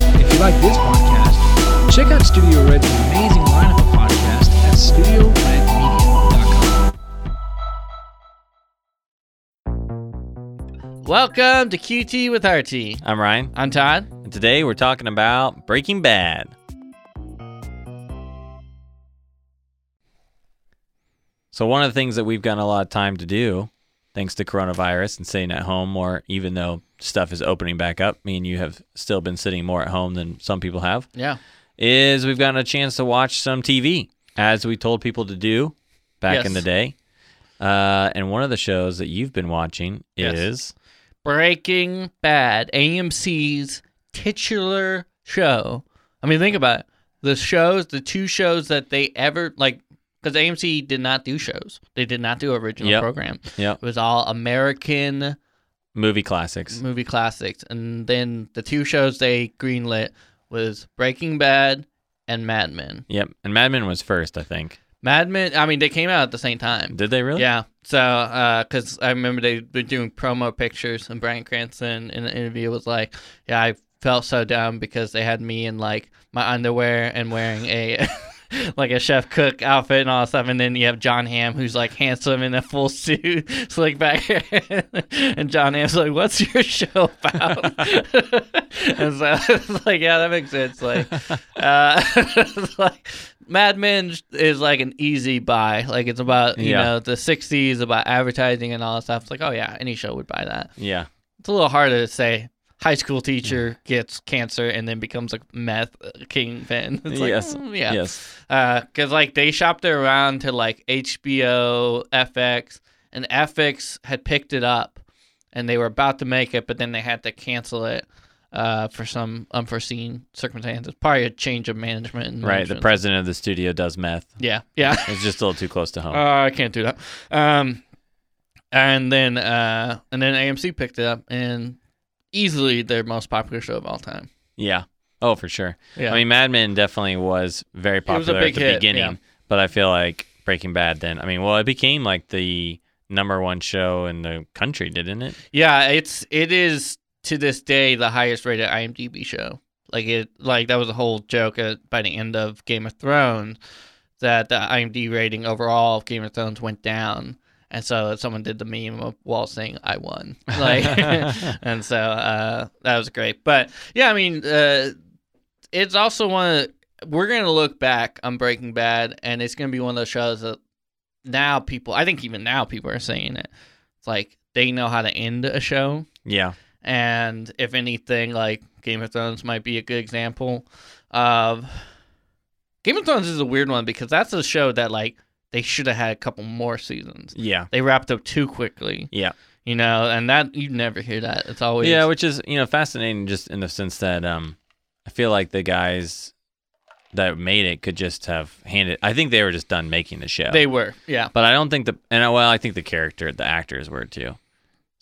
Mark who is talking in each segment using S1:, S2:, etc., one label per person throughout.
S1: like this podcast, check out Studio Red's amazing lineup of podcasts at StudioRedMedia.com.
S2: Welcome to QT with RT.
S3: I'm Ryan,
S2: I'm Todd.
S3: and today we're talking about Breaking Bad. So, one of the things that we've gotten a lot of time to do, thanks to coronavirus and staying at home more, even though stuff is opening back up, me and you have still been sitting more at home than some people have,
S2: Yeah.
S3: is we've gotten a chance to watch some TV, as we told people to do back
S2: Yes.
S3: in the day. Uh, and one of the shows that you've been watching
S2: Yes.
S3: is
S2: Breaking Bad, AMC's titular show. I mean, think about it. The shows, the two shows that they ever, like, because AMC did not do shows, they did not do original
S3: Yep.
S2: program.
S3: yep,
S2: It was all American
S3: movie classics.
S2: movie classics. And then the two shows they greenlit was Breaking Bad and Mad Men.
S3: Yep, and Mad Men was first, I think.
S2: Mad Men, I mean, they came out at the same time.
S3: Did they really?
S2: Yeah. So, because I remember they were doing promo pictures, and Brian Cranston in the interview was like, "Yeah, I felt so dumb because they had me in like my underwear and wearing a." Like a chef cook outfit and all that stuff, and then you have John Hamm who's like handsome in a full suit, slick back, hair. and John Hamm's like, "What's your show about?" and so it's like, "Yeah, that makes sense." Like, uh, it's like Mad Men is like an easy buy. Like, it's about you
S3: Yeah.
S2: know the '60s, about advertising and all that stuff. It's like, oh yeah, any show would buy that.
S3: Yeah.
S2: It's a little harder to say high school teacher gets cancer and then becomes a meth kingpin. It's like,
S3: Yes.
S2: mm, yeah,
S3: Yes.
S2: Because like they shopped it around to like HBO, FX, and FX had picked it up, and they were about to make it, but then they had to cancel it. Uh, for some unforeseen circumstances, probably a change of management. And
S3: Right. The
S2: management.
S3: president of the studio does meth.
S2: Yeah, yeah.
S3: It's just a little too close to home.
S2: Uh, I can't do that. Um, and then uh, and then AMC picked it up and easily their most popular show of all time.
S3: yeah. Oh, for sure.
S2: Yeah,
S3: I mean, Mad Men definitely was very
S2: was a
S3: popular
S2: big
S3: at the
S2: hit,
S3: beginning,
S2: yeah.
S3: but I feel like Breaking Bad then. I mean, well, it became like the number one show in the country, didn't it?
S2: yeah. It's it is to this day the highest rated IMDb show. Like it, like that was a whole joke at, by the end of Game of Thrones that the IMDb rating overall of Game of Thrones went down. And so someone did the meme of Wall saying "I won," like, and so uh, that was great. But yeah, I mean, uh, it's also one of the- we're going to look back on Breaking Bad, and it's going to be one of those shows that now people, I think even now people are saying it. It's like they know how to end a show,
S3: Yeah.
S2: and if anything, like Game of Thrones might be a good example of Game of Thrones is a weird one because that's a show that like they should have had a couple more seasons.
S3: Yeah.
S2: They wrapped up too quickly,
S3: Yeah.
S2: you know, and that you never hear that. It's always
S3: Yeah, which is, you know, fascinating just in the sense that um I feel like the guys that made it could just have handed I think they were just done making the show.
S2: they were, yeah.
S3: But I don't think the and uh, well, I think the character, the actors were too.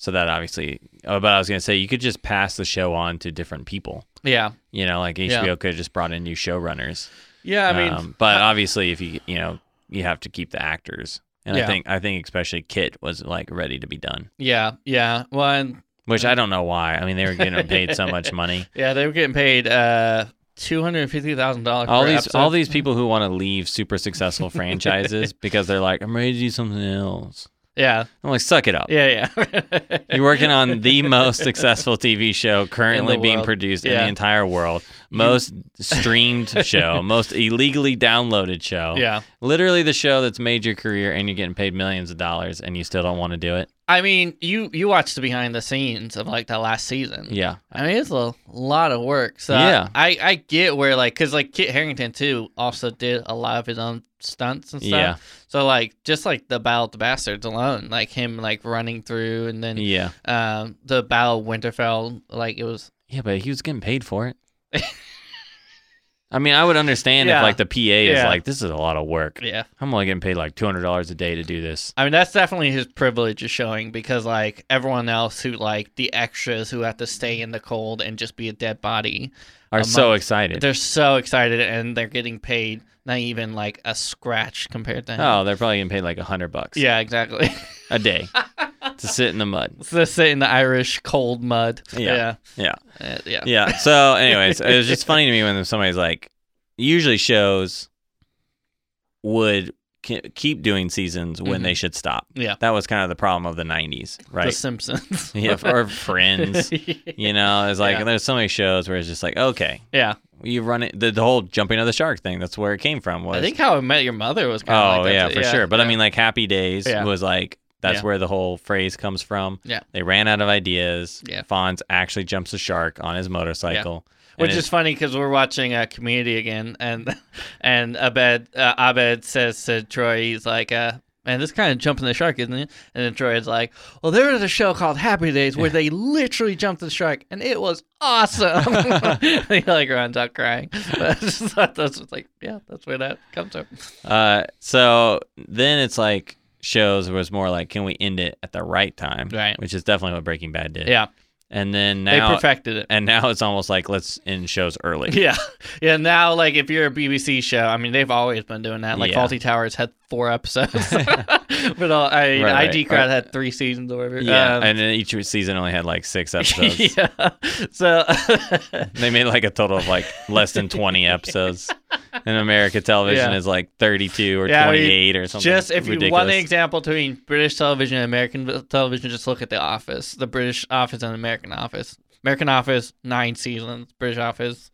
S3: So that obviously, oh, but I was gonna say you could just pass the show on to different people.
S2: Yeah.
S3: You know, like HBO
S2: Yeah.
S3: could have just brought in new showrunners.
S2: Yeah, I mean,
S3: Um, but obviously, if you you know you have to keep the actors, and
S2: Yeah.
S3: I think I think especially Kit was like ready to be done,
S2: yeah, yeah. Well, and,
S3: which I don't know why. I mean, they were getting paid so much money.
S2: yeah, they were getting paid uh two hundred fifty thousand dollars.
S3: All these all
S2: Mm.
S3: these people who want to leave super successful franchises because they're like, I'm ready to do something else.
S2: Yeah,
S3: I'm like, suck it up.
S2: yeah, yeah.
S3: You're working on the most successful TV show currently
S2: In the
S3: being
S2: world.
S3: produced in
S2: Yeah.
S3: the entire world, most streamed show, most illegally downloaded show.
S2: yeah.
S3: Literally the show that's made your career and you're getting paid millions of dollars and you still don't want to do it.
S2: I mean, you you watched the behind the scenes of like the last season.
S3: Yeah.
S2: I mean, it's a lot of work. So
S3: Yeah.
S2: I I get where like because like Kit Harrington too also did a lot of his own stunts and stuff.
S3: Yeah.
S2: So like just like the Battle of the Bastards alone, like him like running through and then
S3: Yeah.
S2: um the Battle of Winterfell, like it was
S3: Yeah, but he was getting paid for it. I mean, I would understand
S2: Yeah.
S3: if like the PA is
S2: Yeah.
S3: like, this is a lot of work.
S2: yeah.
S3: I'm only getting paid like $200 a day to do this.
S2: I mean, that's definitely his privilege is showing because, like, everyone else who, like, the extras who have to stay in the cold and just be a dead body,
S3: Are
S2: A
S3: so
S2: month.
S3: excited.
S2: they're so excited and they're getting paid not even, like, a scratch compared to him.
S3: Oh, they're probably getting paid like a hundred bucks
S2: Yeah, exactly.
S3: a day. to sit in the mud.
S2: So sit in the Irish cold mud.
S3: Yeah. Yeah.
S2: Yeah. Uh, yeah.
S3: Yeah. So, anyways, it was just funny to me when somebody's like, usually shows would ke- keep doing seasons when
S2: Mhm.
S3: they should stop.
S2: Yeah.
S3: That was kind of the problem of the 90s,
S2: The
S3: right?
S2: Simpsons.
S3: yeah. Or Friends. You know, it's like
S2: Yeah.
S3: there's so many shows where it's just like, okay,
S2: yeah.
S3: you run it. The, the whole jumping of the shark thing, that's where it came from. Was,
S2: I think How I Met Your Mother was kind of
S3: oh,
S2: like
S3: yeah,
S2: that. too.
S3: for sure. But I
S2: yeah.
S3: mean, like Happy Days
S2: Yeah.
S3: was like, that's
S2: Yeah.
S3: where the whole phrase comes from.
S2: Yeah.
S3: They ran out of ideas.
S2: Yeah.
S3: Fonz actually jumps a shark on his motorcycle. and
S2: Which
S3: it's-
S2: is funny because we're watching uh, Community again, and and Abed uh, Abed says to Troy, he's like, uh, "Man, this kind of jumping the shark, isn't it?" And then Troy is like, "Well, there was a show called Happy Days where they literally jumped the shark, and it was awesome." he like runs out crying. But I just thought that's just like, yeah, that's where that comes from.
S3: Uh, so then it's like shows was more like, can we end it at the right time?
S2: Right.
S3: Which is definitely what Breaking Bad did.
S2: Yeah,
S3: And then
S2: they
S3: now,
S2: perfected it.
S3: and now it's almost like let's end shows early.
S2: Yeah, yeah. Now, like, if you're a BBC show, I mean, they've always been doing that. Like,
S3: Yeah.
S2: Faulty Towers had four episodes, but all, I mean,
S3: Right, right.
S2: IG Crowd had three seasons or whatever.
S3: Yeah.
S2: Um,
S3: and then each season only had like six episodes.
S2: yeah. So,
S3: They made like a total of like less than 20 episodes. And America television
S2: Yeah,
S3: is like 32 or
S2: Yeah, I mean,
S3: 28 or something.
S2: just if you want
S3: ridiculous.
S2: an example between British television and American television, just look at The Office, the British Office and American Office. American Office nine seasons, British Office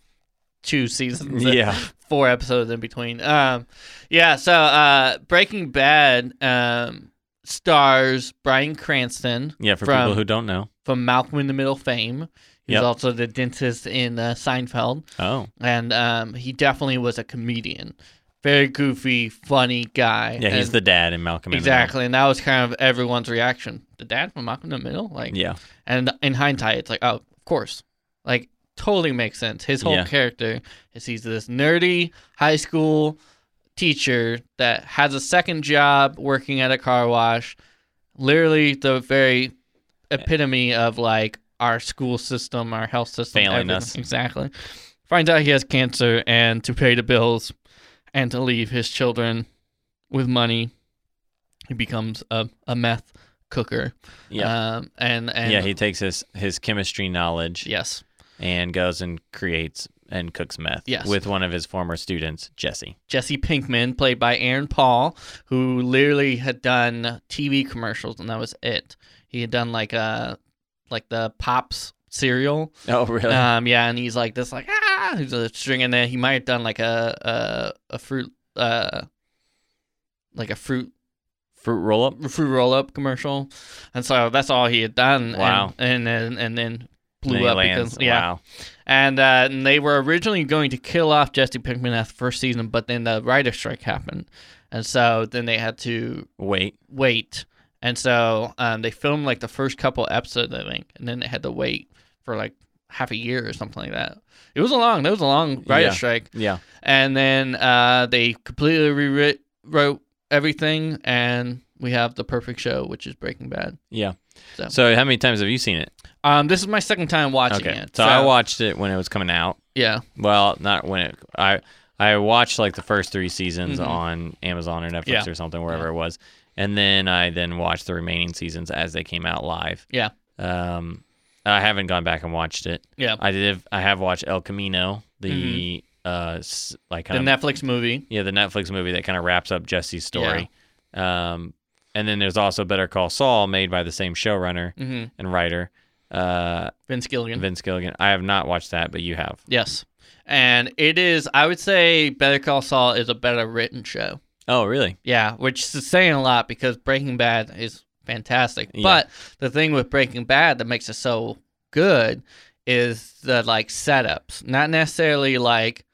S2: two seasons.
S3: Yeah.
S2: four episodes in between. Um, yeah, so uh, Breaking Bad um, stars Brian Cranston
S3: Yeah, for
S2: from-
S3: people who don't know.
S2: from Malcolm in the Middle fame. He's
S3: Yep.
S2: also the dentist in uh, Seinfeld,
S3: Oh.
S2: and um, he definitely was a comedian. Very goofy, funny guy.
S3: Yeah, he's
S2: and-
S3: the dad in Malcolm in the Middle.
S2: exactly, and that was kind of everyone's reaction. The dad from Malcolm in the Middle, like,
S3: Yeah.
S2: and in hindsight, it's like, oh, of course. Like, totally makes sense. His whole
S3: Yeah.
S2: character is he's this nerdy high school teacher that has a second job working at a car wash. Literally the very epitome of like our school system, our health system.
S3: Failing
S2: everything.
S3: us.
S2: Exactly. Finds out he has cancer and to pay the bills and to leave his children with money, he becomes a, a meth cooker.
S3: Yeah.
S2: Um, and, and
S3: yeah, he takes his his chemistry knowledge
S2: Yes.
S3: and goes and creates and cooks meth
S2: Yes.
S3: with one of his former students, Jesse.
S2: Jesse Pinkman, played by Aaron Paul, who literally had done TV commercials and that was it. He had done like a like the Pops cereal.
S3: Oh, really?
S2: Um yeah, and he's like this like ah he's a string in there. He might have done like a a, a fruit uh like a fruit
S3: Fruit roll up?
S2: fruit roll up commercial. And so that's all he had done. and-
S3: Wow.
S2: And, then and then blew up because yeah.
S3: Wow.
S2: And, uh, and they were originally going to kill off Jesse Pinkman at the first season, but then the writer's strike happened. And so then they had to
S3: Wait.
S2: wait. And so um, they filmed like the first couple episodes, I think, and then they had to wait for like half a year or something like that. It was a long, that was a long writer's
S3: Yeah.
S2: strike.
S3: Yeah.
S2: And then uh, they completely rewrote everything, and we have the perfect show, which is Breaking Bad.
S3: Yeah.
S2: So-
S3: So, how many times have you seen it?
S2: Um, this is my second time watching
S3: okay.
S2: it.
S3: So, I watched it when it was coming out.
S2: Yeah.
S3: Well, not when it I I watched like the first 3 seasons
S2: Mhm.
S3: on Amazon or Netflix
S2: Yeah.
S3: or something wherever it was. And then I then watched the remaining seasons as they came out live.
S2: Yeah.
S3: Um I haven't gone back and watched it.
S2: Yeah.
S3: I did I have watched El Camino, the uh s- like
S2: Mm-hmm. The
S3: kind of
S2: Netflix movie.
S3: yeah, the Netflix movie that kind of wraps up Jesse's story. Um, and then there's also Better Call Saul, made by the same showrunner
S2: Mm-hmm.
S3: and writer, uh,
S2: Vince Gilligan.
S3: Vince Gilligan. I have not watched that, but you have.
S2: Yes. And it is, I would say Better Call Saul is a better written show.
S3: Oh, really?
S2: Yeah, which is saying a lot because Breaking Bad is fantastic.
S3: Yeah.
S2: But the thing with Breaking Bad that makes it so good is the like setups, not necessarily like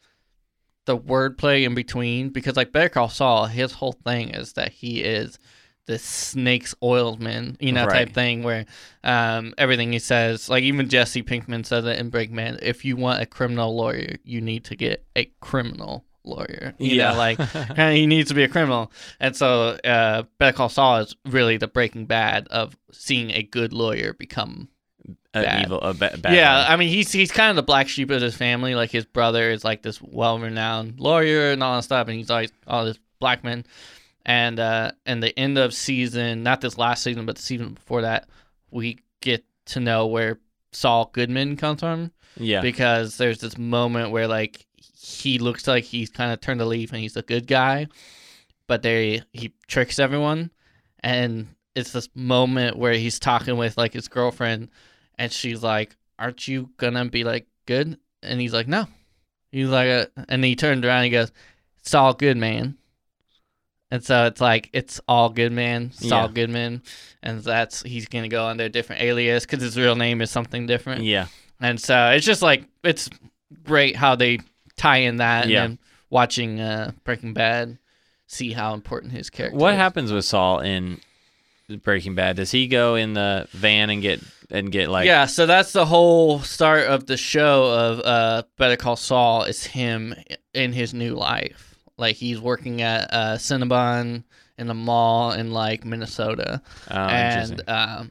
S2: the wordplay in between. Because like Better Call Saul, his whole thing is that he is this snakes oilsman, you know, type
S3: Right.
S2: thing where um, everything he says, like even Jesse Pinkman says it in Breaking Bad. If you want a criminal lawyer, you need to get a criminal lawyer. You know, like and he needs to be a criminal. And so uh, Better Call Saul is really the Breaking Bad of seeing a good lawyer become.
S3: An
S2: bad.
S3: evil, a ba- bad
S2: yeah,
S3: one.
S2: I mean he's he's kind of the black sheep of his family. Like his brother is like this well-renowned lawyer and all that stuff, and he's like all this black man. and uh, and the end of season, not this last season, but the season before that, we get to know where Saul Goodman comes from
S3: Yeah.
S2: because there's this moment where like he looks like he's kind of turned the leaf and he's a good guy, but they he tricks everyone, and it's this moment where he's talking with like his girlfriend, and she's like, "Aren't you gonna be like good?" And he's like, "No." He's like, uh, and he turns around and he goes, "It's all good, man." And so it's like it's all good, man. It's all
S3: Yeah.
S2: good, man, and that's he's gonna go under a different alias because his real name is something different.
S3: yeah.
S2: And so it's just like it's great how they tie in that
S3: Yeah.
S2: and then watching uh, Breaking Bad, see how important his character.
S3: What
S2: is.
S3: happens with Saul in Breaking Bad? Does he go in the van and get and get like
S2: yeah, so that's the whole start of the show of uh, Better Call Saul is him in his new life. Like he's working at uh, Cinnabon in the mall in like Minnesota.
S3: oh,
S2: and
S3: interesting.
S2: um,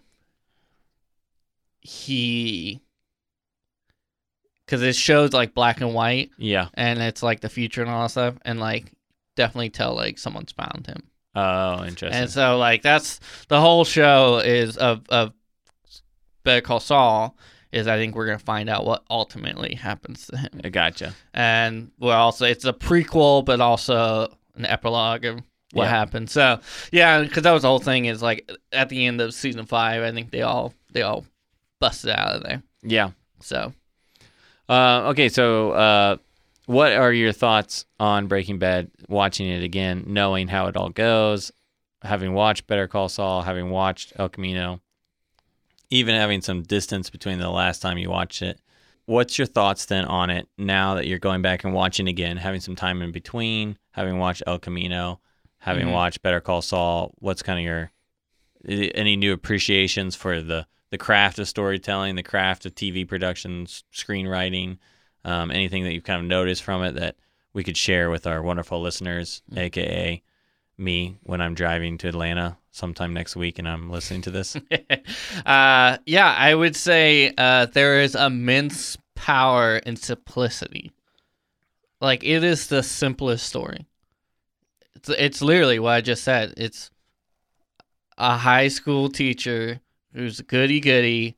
S2: he because it shows like black and white
S3: yeah.
S2: and it's like the future and all that stuff and like definitely tell like someone's found him
S3: Oh, interesting.
S2: and so like that's the whole show is of of Better Call Saul is I think we're gonna find out what ultimately happens to him
S3: I gotcha.
S2: and we're also it's a prequel but also an epilogue of what
S3: Yeah.
S2: happened so yeah because that was the whole thing is like at the end of season five i think they all they all busted out of there
S3: Yeah.
S2: so
S3: Uh, okay, so uh, what are your thoughts on Breaking Bad? Watching it again, knowing how it all goes, having watched Better Call Saul, having watched El Camino, even having some distance between the last time you watched it. What's your thoughts then on it now that you're going back and watching again, having some time in between, having watched El Camino, having
S2: Mhm.
S3: watched Better Call Saul? What's kind of your i- any new appreciations for the the craft of storytelling, the craft of TV productions, screenwriting, um, anything that you've kind of noticed from it that we could share with our wonderful listeners,
S2: Mm.
S3: aka me, when I'm driving to Atlanta sometime next week and I'm listening to this.
S2: uh yeah i would say uh there is immense power in simplicity like it is the simplest story it's, it's literally what i just said it's a high school teacher who's goody goody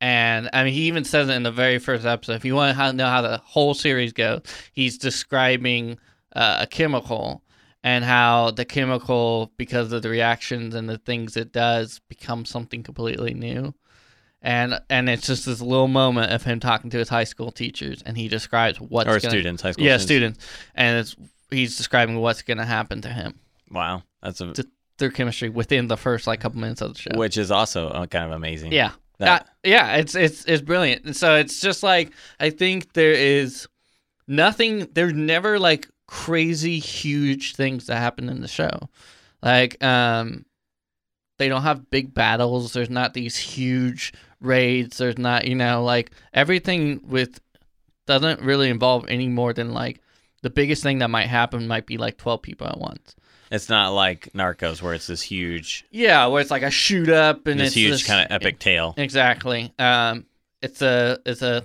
S2: and i mean he even says it in the very first episode if you want to know how the whole series goes he's describing uh, a chemical and how the chemical, because of the reactions and the things it does, becomes something completely new. And and it's just this little moment of him talking to his high school teachers, and he describes what's
S3: or
S2: gonna,
S3: students, high school
S2: yeah,
S3: students.
S2: students, and it's he's describing what's going to happen to him
S3: Wow. That's a,
S2: It's through chemistry within the first like couple minutes of the show.
S3: which is also uh, kind of amazing.
S2: yeah,
S3: That-
S2: Uh, yeah, it's it's it's brilliant. And so it's just like I think there is nothing. There's never like crazy huge things that happen in the show. Like um, they don't have big battles. There's not these huge raids. There's not you know like everything with doesn't really involve any more than like the biggest thing that might happen might be like twelve people at once.
S3: It's not like Narcos where it's this huge,
S2: Yeah, where it's like a shoot up and
S3: this
S2: it's
S3: huge
S2: this-
S3: kind of epic tale.
S2: Exactly. Um, it's a it's a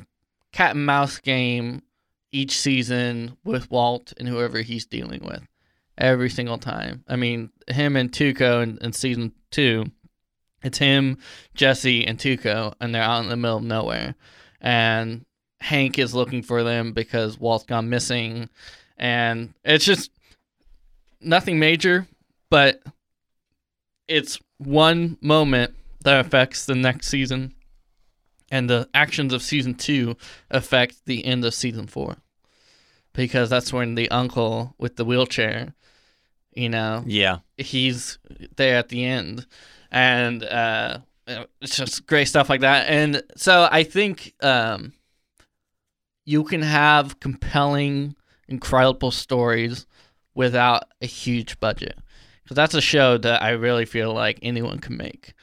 S2: cat and mouse game each season with Walt and whoever he's dealing with every single time. I mean, him and Tuco in, in season two, it's him, Jesse, and Tuco, and they're out in the middle of nowhere, and Hank is looking for them because Walt's gone missing, and it's just nothing major, but it's one moment that affects the next season, and the actions of season two affect the end of season four, because that's when the uncle with the wheelchair, you know,
S3: Yeah.
S2: he's there at the end, and uh, it's just great stuff like that. And so I think um, you can have compelling, incredible stories without a huge budget, because that's a show that I really feel like anyone can make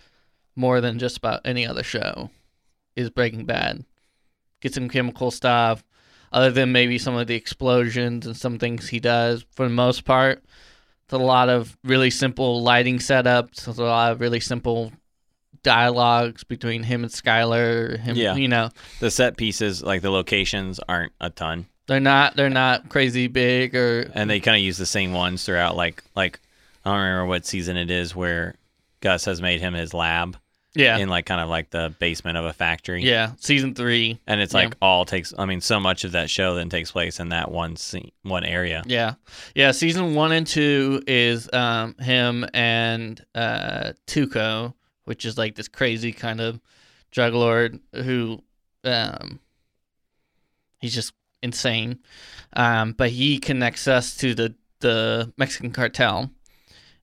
S2: more than just about any other show. Is Breaking Bad get some chemical stuff. Other than maybe some of the explosions and some things he does, for the most part, it's a lot of really simple lighting setups. There's a lot of really simple dialogues between him and Skyler. Him,
S3: Yeah.
S2: you know,
S3: The set pieces, like the locations, aren't a ton.
S2: they're not they're not crazy big or
S3: and they kind of use the same ones throughout like like I don't remember what season it is where Gus has made him his lab
S2: Yeah.
S3: in like kind of like the basement of a factory.
S2: yeah. Season three.
S3: And it's
S2: Yeah.
S3: like all takes. I mean, so much of that show then takes place in that one scene, one area.
S2: Yeah. Yeah. Season one and two is um, him and uh, Tuco, which is like this crazy kind of drug lord who um, he's just insane. Um, but he connects us to the, the Mexican cartel.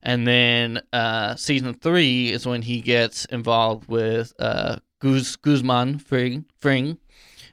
S2: And then uh, season three is when he gets involved with uh, Guz- Guzman Fring, Fring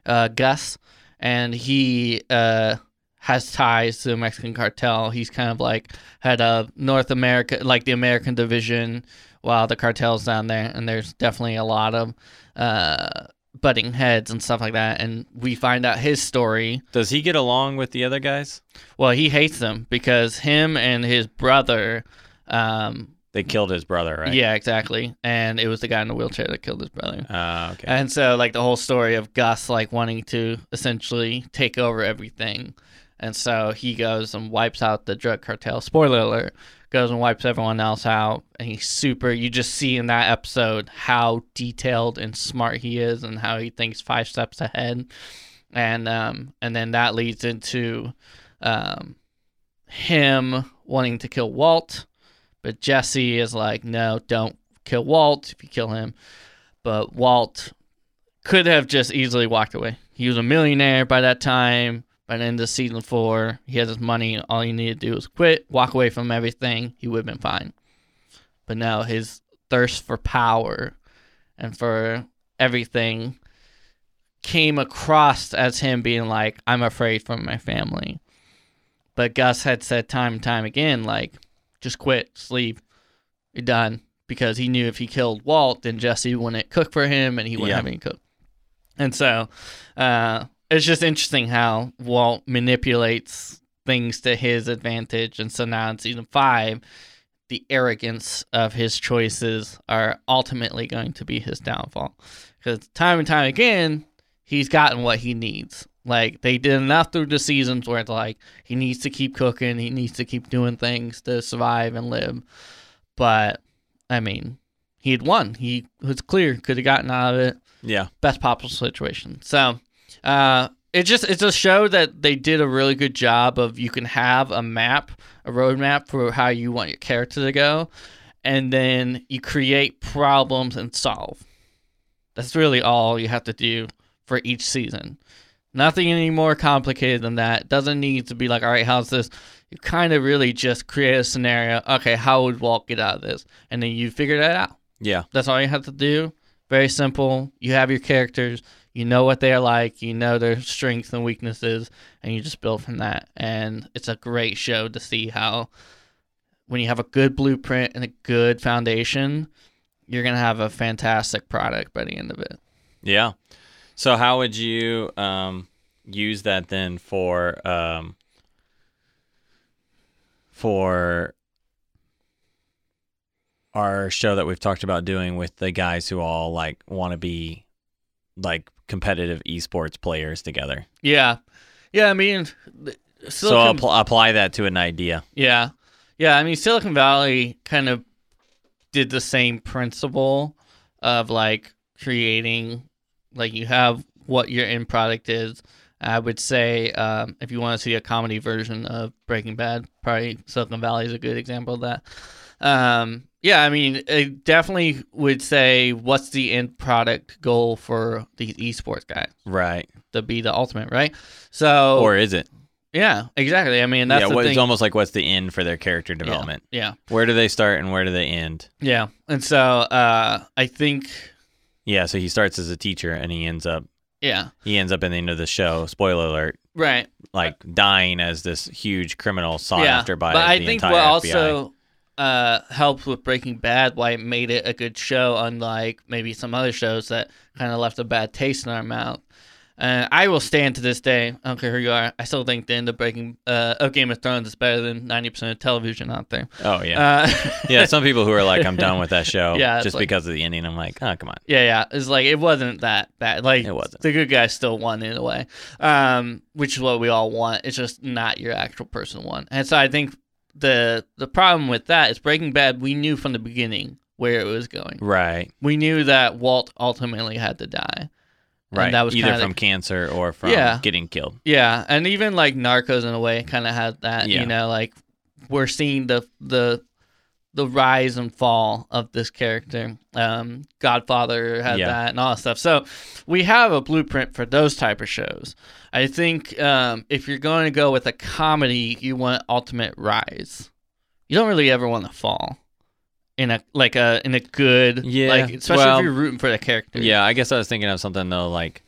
S2: uh, Gus, and he uh, has ties to the Mexican cartel. He's kind of like head of North America, like the American division, while the cartel's down there. And there's definitely a lot of uh, butting heads and stuff like that. And we find out his story.
S3: Does he get along with the other guys?
S2: Well, he hates them because him and his brother. Um,
S3: They killed his brother, right?
S2: Yeah, exactly. And it was the guy in the wheelchair that killed his brother.
S3: Uh, okay.
S2: And so, like, the whole story of Gus, like, wanting to essentially take over everything. And so he goes and wipes out the drug cartel. Spoiler alert. Goes and wipes everyone else out. And he's super. You just see in that episode how detailed and smart he is and how he thinks five steps ahead. And, um, and then that leads into, um, him wanting to kill Walt. But Jesse is like, no, don't kill Walt. If you kill him, but Walt could have just easily walked away. He was a millionaire by that time. By the end of season four, he has his money. All he needed to do was quit, walk away from everything. He would have been fine. But now his thirst for power and for everything came across as him being like, I'm afraid for my family. But Gus had said time and time again, like, just quit, just leave, you're done. Because he knew if he killed Walt, then Jesse wouldn't cook for him and he wouldn't
S3: Yeah.
S2: have any cook. And so uh, it's just interesting how Walt manipulates things to his advantage. And so now in season five, the arrogance of his choices are ultimately going to be his downfall. Because time and time again, he's gotten what he needs. Like they did enough through the seasons where it's like he needs to keep cooking, he needs to keep doing things to survive and live. But I mean, he had won. He was clear, could have gotten out of it
S3: yeah.
S2: best possible situation. So, uh, it just it's a show that they did a really good job of. You can have a map, a roadmap for how you want your character to go, and then you create problems and solve. That's really all you have to do for each season. Nothing any more complicated than that. Doesn't need to be like, all right, how's this? You kind of really just create a scenario. Okay, how would Walt get out of this? And then you figure that out.
S3: Yeah.
S2: That's all you have to do. Very simple. You have your characters. You know what they're like. You know their strengths and weaknesses, and you just build from that. And it's a great show to see how, when you have a good blueprint and a good foundation, you're gonna have a fantastic product by the end of it.
S3: Yeah. So how would you um, use that then for um, for our show that we've talked about doing with the guys who all like want to be like competitive esports players together?
S2: Yeah, yeah. I mean,
S3: so appl- apply that to an idea.
S2: Yeah. Yeah. I mean, Silicon Valley kind of did the same principle of like creating, like, you have what your end product is. I would say um, if you want to see a comedy version of Breaking Bad, probably Silicon Valley is a good example of that. Um, yeah, I mean, I definitely would say what's the end product goal for these esports guys
S3: Right.
S2: to be the ultimate, right? So,
S3: Oh, Or is it?
S2: yeah, exactly. I mean, that's
S3: yeah,
S2: the
S3: what-
S2: thing.
S3: it's almost like what's the end for their character
S2: Yeah,
S3: development?
S2: yeah.
S3: Where do they start and where do they end?
S2: Yeah. And so uh, I think,
S3: Yeah, so he starts as a teacher and he ends up
S2: yeah.
S3: he ends up at the end of the show. Spoiler alert,
S2: Right.
S3: like dying as this huge criminal sought
S2: Uh, yeah.
S3: after by
S2: but I
S3: the
S2: think
S3: entire
S2: what
S3: FBI.
S2: also uh, helped with Breaking Bad, why it made it a good show, unlike maybe some other shows that kind of left a bad taste in our mouth. And I will stand to this day. I don't care who you are. I still think the end of Breaking uh, of Game of Thrones is better than ninety percent of television out there.
S3: oh yeah,
S2: Uh,
S3: yeah. Some people who are like, I'm done with that show,
S2: Yeah, it's
S3: just
S2: like-
S3: because of the ending. I'm like, oh come on,
S2: Yeah, yeah. It's like it wasn't that bad. Like
S3: It wasn't.
S2: The good guys still won in a way, um, which is what we all want. It's just not your actual person won. And so I think the the problem with that is Breaking Bad. We knew from the beginning where it was going.
S3: Right.
S2: We knew that Walt ultimately had to die. And
S3: Right.
S2: that was
S3: Either
S2: kinda-
S3: from cancer or from
S2: Yeah.
S3: getting killed.
S2: Yeah, and even like Narcos in a way kind of had that.
S3: Yeah.
S2: You know, like we're seeing the the the rise and fall of this character. Um, Godfather had
S3: Yeah.
S2: that and all that stuff. So we have a blueprint for those type of shows. I think um, if you're going to go with a comedy, you want ultimate rise. You don't really ever want to fall in a like a in a good
S3: Yeah,
S2: like especially
S3: well-
S2: if you're rooting for the character.
S3: Yeah, I guess I was thinking of something though, like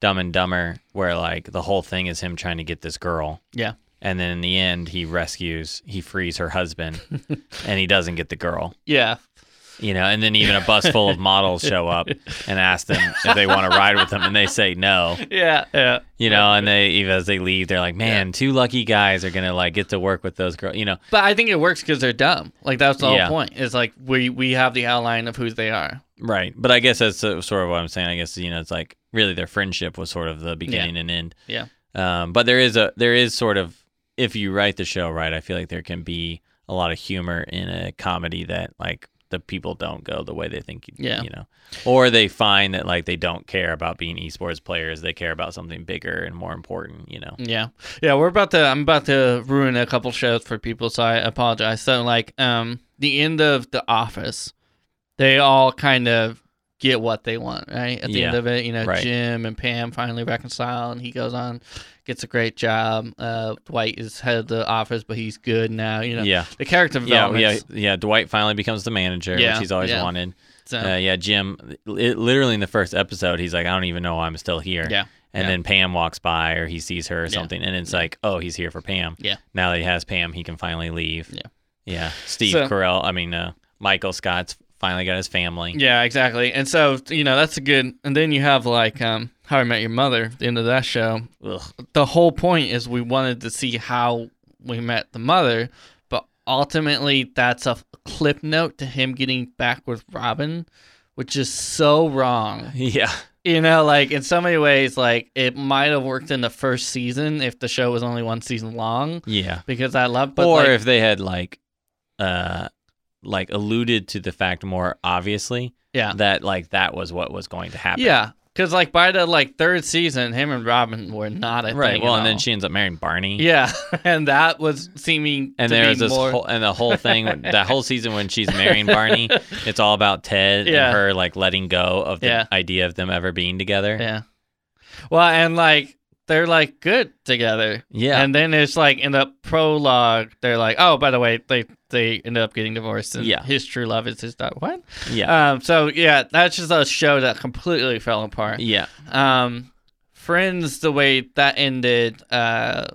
S3: Dumb and Dumber, where like the whole thing is him trying to get this girl.
S2: Yeah.
S3: And then in the end, he rescues, he frees her husband, and he doesn't get the girl.
S2: yeah,
S3: You know, and then even a bus full of models show up and ask them if they want to ride with him, and they say no.
S2: yeah, yeah.
S3: You know, and they even as they leave, they're like, "Man, two lucky guys are gonna like get to work with those girls." You know,
S2: But I think it works because they're dumb. Like that's the
S3: Yeah.
S2: whole point. It's like we we have the outline of who they are.
S3: Right. But I guess that's uh, sort of what I'm saying. I guess, you know, it's like really their friendship was sort of the beginning and end.
S2: Yeah.
S3: Um, but there is a, there is sort of, if you write the show right, I feel like there can be a lot of humor in a comedy that like the people don't go the way they think, you-
S2: Yeah.
S3: you know, or they find that like they don't care about being esports players. They care about something bigger and more important, you know?
S2: Yeah, yeah. We're about to. I'm about to ruin a couple shows for people, so I apologize. So like, um, the end of The Office, they all kind of get what they want, right? At the end
S3: Yeah.
S2: of it, you know,
S3: Right.
S2: Jim and Pam finally reconcile, and he goes on, gets a great job. Uh, Dwight is head of the office, but he's good now. You know,
S3: Yeah.
S2: the character
S3: Yeah.
S2: development.
S3: Yeah. Yeah. Dwight finally becomes the manager,
S2: Yeah,
S3: which he's always
S2: yeah.
S3: wanted.
S2: So,
S3: Uh, yeah, Jim. It, literally in the first episode, he's like, "I don't even know I'm still here."
S2: Yeah,
S3: And
S2: yeah.
S3: then Pam walks by, or he sees her or
S2: Yeah,
S3: something, and it's like, "Oh, he's here for Pam."
S2: Yeah.
S3: Now that he has Pam, he can finally leave.
S2: Yeah.
S3: Yeah. Steve
S2: So-
S3: Carell. I mean, uh, Michael Scott's finally got his family.
S2: Yeah, exactly. And so, you know, that's a good. And then you have like um, How I Met Your Mother, the end of that show.
S3: Ugh.
S2: The whole point is we wanted to see how we met the mother, but ultimately that's a clip note to him getting back with Robin, which is so wrong.
S3: Yeah.
S2: You know, like in so many ways, like it might have worked in the first season if the show was only one season long
S3: Yeah.
S2: because I love. But
S3: or
S2: like,
S3: if they had like, uh, like alluded to the fact more obviously
S2: yeah,
S3: that like that was what was going to happen.
S2: yeah. Because like by the like third season, him and Robin were not a
S3: Right.
S2: thing
S3: Well,
S2: at
S3: and then
S2: all.
S3: she ends up marrying Barney.
S2: Yeah, and that was seeming
S3: And
S2: to
S3: there's
S2: be
S3: this
S2: more.
S3: whole, and the whole thing, that whole season when she's marrying Barney, it's all about Ted
S2: Yeah.
S3: and her like letting go of the
S2: Yeah.
S3: idea of them ever being together.
S2: yeah. Well, and like they're like good together,
S3: Yeah.
S2: and then it's like in the prologue they're like, oh, by the way, they they end up getting divorced, and
S3: Yeah.
S2: his true love is his daughter. What?
S3: yeah.
S2: Um. So yeah, that's just a show that completely fell apart.
S3: yeah.
S2: Um, Friends, the way that ended, uh,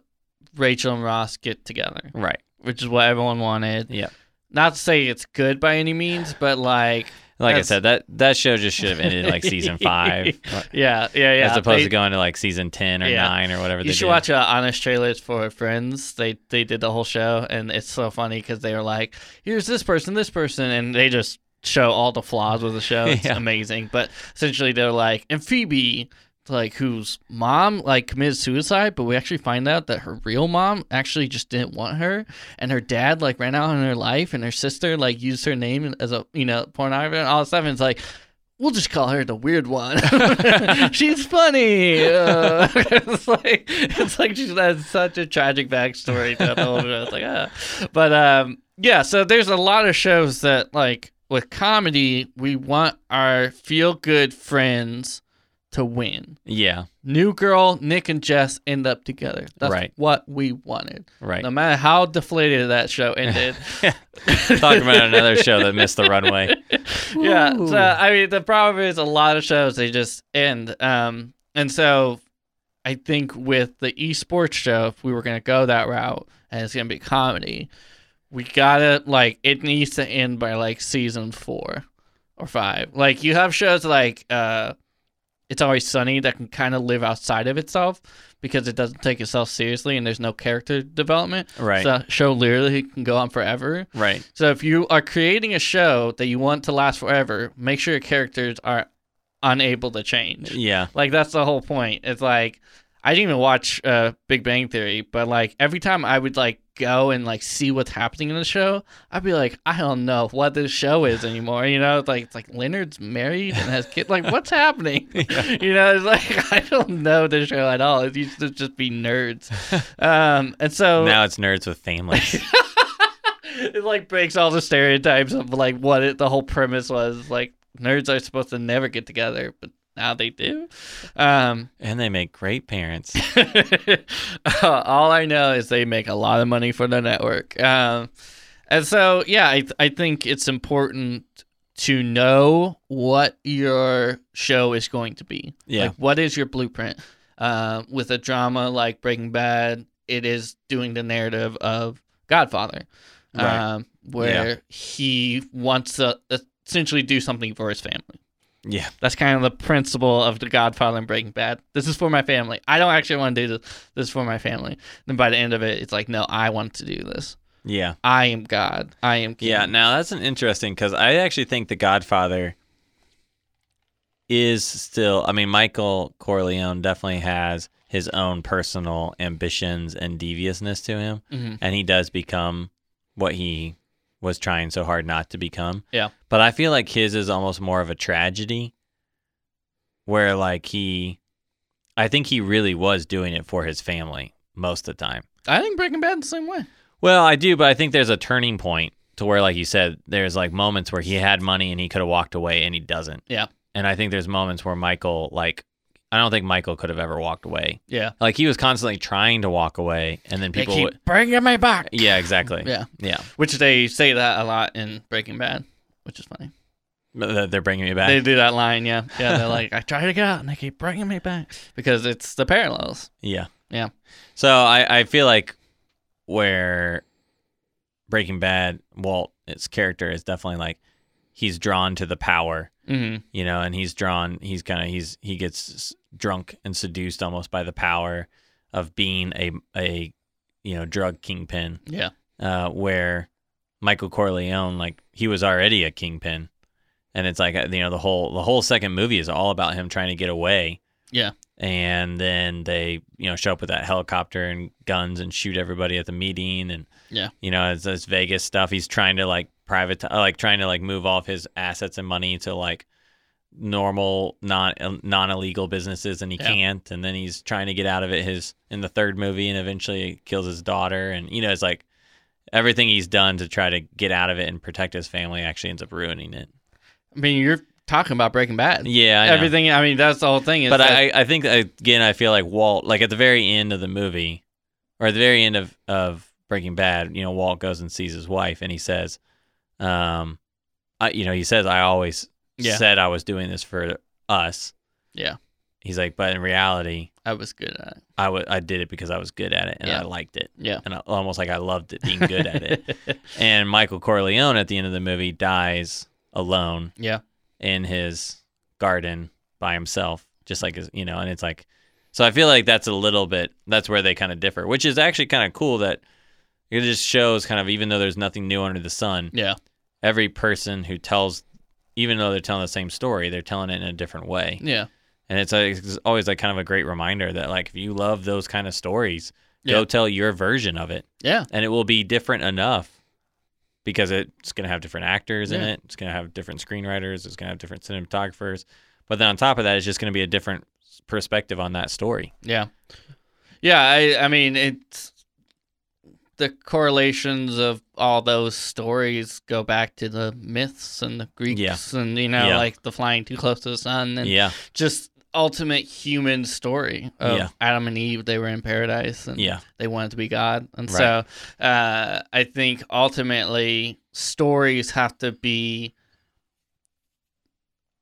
S2: Rachel and Ross get together,
S3: Right.
S2: which is what everyone wanted.
S3: Yep.
S2: Not to say it's good by any means, but like.
S3: Like
S2: That's-
S3: I said, that that show just should have ended like season five,
S2: Yeah, yeah, yeah.
S3: as opposed
S2: They-
S3: to going to like season ten or
S2: Yeah.
S3: nine or whatever.
S2: You
S3: they
S2: should
S3: did.
S2: watch uh, Honest Trailers for Friends. They they did the whole show, and it's so funny because they were like, "Here's this person, this person," and they just show all the flaws with the show. It's
S3: Yeah.
S2: amazing. But essentially, they're like, and Phoebe, like whose mom like committed suicide, but we actually find out that her real mom actually just didn't want her, and her dad like ran out on her life, and her sister like used her name as a you know pornographer and all that stuff. And it's like. We'll just call her the weird one. she's funny. Uh, it's like it's like she's has such a tragic backstory. To the whole show. It's like, ah. but um, yeah. So there's a lot of shows that like with comedy, we want our feel good friends to win.
S3: Yeah.
S2: New Girl, Nick and Jess end up together. That's
S3: Right.
S2: what we wanted.
S3: Right.
S2: No matter how deflated that show ended,
S3: Talking about another show that missed the runway.
S2: yeah. So
S3: Ooh.
S2: I mean, the problem is a lot of shows they just end. Um, and so I think with the esports show, if we were gonna go that route and it's gonna be comedy, we gotta like it needs to end by like season four or five. Like you have shows like uh, It's Always Sunny that can kind of live outside of itself because it doesn't take itself seriously and there's no character development.
S3: Right.
S2: So show literally can go on forever.
S3: Right.
S2: So if you are creating a show that you want to last forever, make sure your characters are unable to change.
S3: Yeah.
S2: Like that's the whole point. It's like I didn't even watch uh, Big Bang Theory, but like every time I would like go and like see what's happening in the show, I'd be like, I don't know what this show is anymore. You know, it's like it's like Leonard's married and has kids. Like, what's happening? You know, it's like I don't know the show at all. It used to just be nerds. Um, and so
S3: Now it's nerds with families.
S2: it like breaks all the stereotypes of like what it, the whole premise was. Like nerds are supposed to never get together, but now they do. Um, uh,
S3: and they make great parents.
S2: all I know is they make a lot of money for the network. Um, and so, yeah, I, I think it's important to know what your show is going to be.
S3: Yeah.
S2: Like, what is your blueprint? Uh, with a drama like Breaking Bad, it is doing the narrative of Godfather,
S3: Right.
S2: um, where he wants to essentially do something for his family.
S3: Yeah.
S2: That's kind of the principle of The Godfather and Breaking Bad. This is for my family. I don't actually want to do this. This is for my family. Then by the end of it, it's like, no, I want to do this.
S3: Yeah.
S2: I am God. I am king.
S3: Yeah, now that's an interesting because I actually think The Godfather is still. I mean, Michael Corleone definitely has his own personal ambitions and deviousness to him,
S2: Mhm.
S3: and he does become what he was trying so hard not to become.
S2: Yeah.
S3: but I feel like his is almost more of a tragedy, where like he, I think he really was doing it for his family most of the time.
S2: I think Breaking Bad the same way.
S3: Well, I do, but I think there's a turning point to where, like you said, there's like moments where he had money and he could have walked away and he doesn't.
S2: Yeah.
S3: And I think there's moments where Michael, like, I don't think Michael could have ever walked away.
S2: Yeah.
S3: Like he was constantly trying to walk away, and then people
S2: they keep
S3: would.
S2: bringing me back.
S3: Yeah, exactly.
S2: Yeah.
S3: yeah.
S2: Which they say that a lot in Breaking Bad, which is funny.
S3: But th- They're bringing me back.
S2: They do that line, yeah. Yeah, they're like, I try to get out and they keep bringing me back because it's the parallels.
S3: Yeah.
S2: Yeah.
S3: So I, I feel like where Breaking Bad, Walt, its character is definitely like he's drawn to the power
S2: hmm
S3: you know, and he's drawn. He's kind of he's he gets s- drunk and seduced almost by the power of being a a you know drug kingpin.
S2: Yeah.
S3: Uh, where Michael Corleone, like he was already a kingpin, and it's like uh, you know the whole the whole second movie is all about him trying to get away.
S2: Yeah.
S3: And then they you know show up with that helicopter and guns and shoot everybody at the meeting and
S2: Yeah.
S3: you know it's this Vegas stuff. He's trying to like private uh, like trying to like move off his assets and money to like normal non non illegal businesses and he
S2: Yeah.
S3: can't and then he's trying to get out of it his in the third movie and eventually kills his daughter and you know it's like everything he's done to try to get out of it and protect his family actually ends up ruining it
S2: I mean, you're talking about Breaking Bad.
S3: yeah I know.
S2: Everything, I mean, that's the whole thing. Is
S3: but
S2: that-
S3: I, I think again I feel like Walt like at the very end of the movie or at the very end of of Breaking Bad you know Walt goes and sees his wife and he says um I, you know he says I always
S2: Yeah.
S3: said I was doing this for us
S2: Yeah.
S3: he's like but in reality
S2: I was good at it.
S3: I wa- I did it because I was good at it and
S2: Yeah.
S3: I liked it
S2: Yeah.
S3: and I, almost like I loved it being good at it and Michael Corleone at the end of the movie dies alone
S2: yeah.
S3: in his garden by himself, just like his, you know, and it's like, so I feel like that's a little bit, that's where they kind of differ, which is actually kind of cool that it just shows kind of, even though there's nothing new under the sun,
S2: Yeah.
S3: every person who tells, even though they're telling the same story, they're telling it in a different way.
S2: Yeah.
S3: And it's, like, it's always like kind of a great reminder that, like, if you love those kind of stories,
S2: Yeah.
S3: go tell your version of it
S2: Yeah.
S3: and it will be different enough because it's going to have different actors in
S2: Yeah.
S3: it. It's going to have different screenwriters. It's going to have different cinematographers. But then on top of that, it's just going to be a different perspective on that story.
S2: Yeah. Yeah, I I mean it's the correlations of all those stories go back to the myths and the Greeks and you know,
S3: Yeah.
S2: like the flying too close to the sun and
S3: yeah,
S2: just ultimate human story of
S3: Yeah.
S2: Adam and Eve, they were in paradise and
S3: yeah,
S2: they wanted to be God. And
S3: Right.
S2: so uh, I think ultimately stories have to be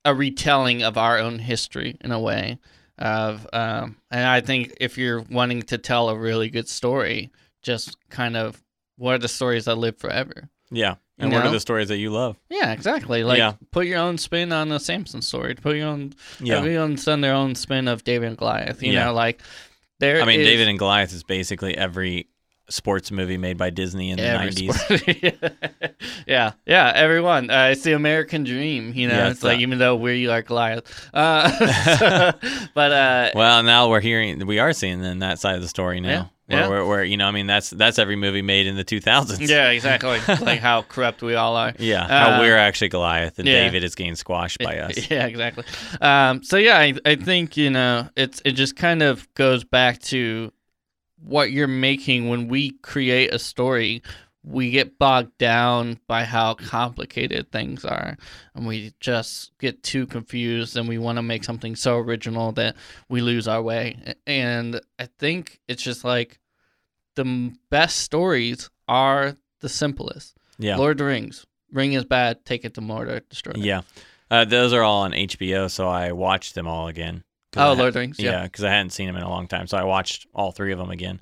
S2: a retelling of our own history in a way. Of um, and I think if you're wanting to tell a really good story, just kind of what are the stories that live forever?
S3: yeah.
S2: You know?
S3: stories that you love?
S2: Yeah, exactly. Like
S3: Yeah.
S2: put your own spin on the Samson story. Put your own everyone's done their own spin of David and Goliath. You
S3: Yeah.
S2: know, like there
S3: I mean,
S2: is-
S3: David and Goliath is basically every sports movie made by Disney in
S2: Every
S3: the 90s.
S2: sport. yeah, yeah, everyone. Uh, it's the American dream, you know.
S3: Yeah,
S2: it's
S3: it's
S2: like
S3: that.
S2: even though we are Goliath, uh, so- but uh,
S3: Well, now we're hearing, we are seeing then that side of the story now.
S2: Yeah, yeah.
S3: Where, where, where, you know, I mean, that's that's every movie made in the 2000s.
S2: yeah, exactly. like how corrupt we all are.
S3: Yeah, how
S2: Uh,
S3: we're actually Goliath and
S2: yeah.
S3: David is getting squashed by us.
S2: Yeah, exactly. Um, so yeah, I, I think you know it's it just kind of goes back to what you're making when we create a story. We get bogged down by how complicated things are, and we just get too confused, and we want to make something so original that we lose our way. A- And I think it's just like the m- best stories are the simplest.
S3: Yeah.
S2: Lord of the Rings. Ring is bad. Take it to Mordor. Destroy it.
S3: Yeah. Uh, those are all on HBO, so I watched them all again. 'Cause I
S2: Oh,
S3: had-
S2: Lord of the Rings. Yeah.
S3: Yeah, because I hadn't seen them in a long time, so I watched all three of them again.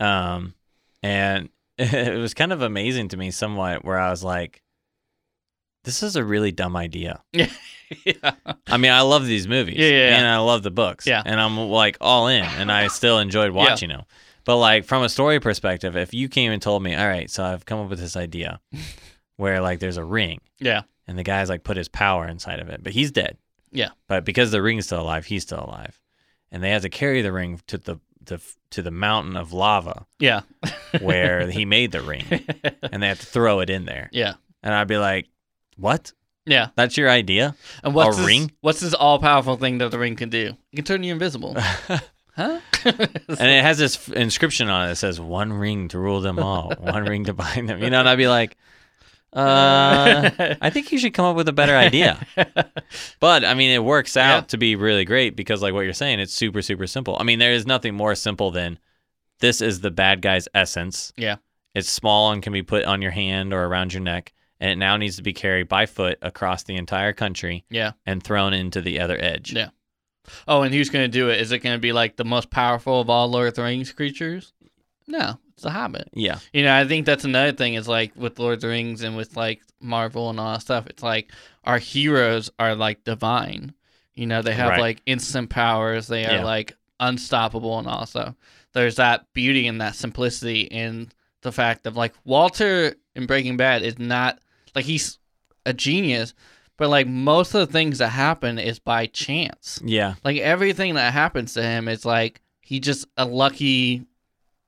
S3: Um, and it was kind of amazing to me, somewhat, where I was like, "This is a really dumb idea."
S2: yeah.
S3: I mean, I love these movies,
S2: Yeah, yeah, yeah.
S3: and I love the books,
S2: Yeah.
S3: and I'm like all in, and I still enjoyed watching them. But like from a story perspective, if you came and told me, "All right, so I've come up with this idea," where like there's a ring,
S2: Yeah.
S3: and the guy's like put his power inside of it, but he's dead.
S2: Yeah.
S3: But because the ring's still alive, he's still alive, and they have to carry the ring to the to, to the mountain of lava
S2: Yeah.
S3: where he made the ring, and they have to throw it in there.
S2: Yeah.
S3: And I'd be like, "What?
S2: Yeah.
S3: That's your idea?"
S2: And what's
S3: A
S2: this,
S3: ring?
S2: What's this all powerful thing that the ring can do? It can turn you invisible. huh?
S3: And it has this f- inscription on it that says, "One ring to rule them all, one ring to bind them." You know, and I'd be like, "Uh." I think you should come up with a better idea. but I mean, it works out
S2: Yeah.
S3: to be really great because, like what you're saying, it's super, super simple. I mean, there is nothing more simple than this is the bad guy's essence.
S2: Yeah.
S3: It's small and can be put on your hand or around your neck. And it now needs to be carried by foot across the entire country
S2: yeah.
S3: and thrown into the other edge.
S2: Yeah. Oh, and who's going to do it? Is it going to be like the most powerful of all Lord of the Rings creatures? No, it's the Hobbit.
S3: Yeah.
S2: You know, I think that's another thing is like with Lord of the Rings and with like Marvel and all that stuff, it's like our heroes are like divine. You know, they have
S3: Right.
S2: like instant powers, they are
S3: Yeah.
S2: like unstoppable and also there's that beauty and that simplicity in the fact of like Walter in Breaking Bad is not like he's a genius, but like most of the things that happen is by chance.
S3: Yeah.
S2: Like everything that happens to him is like he just a lucky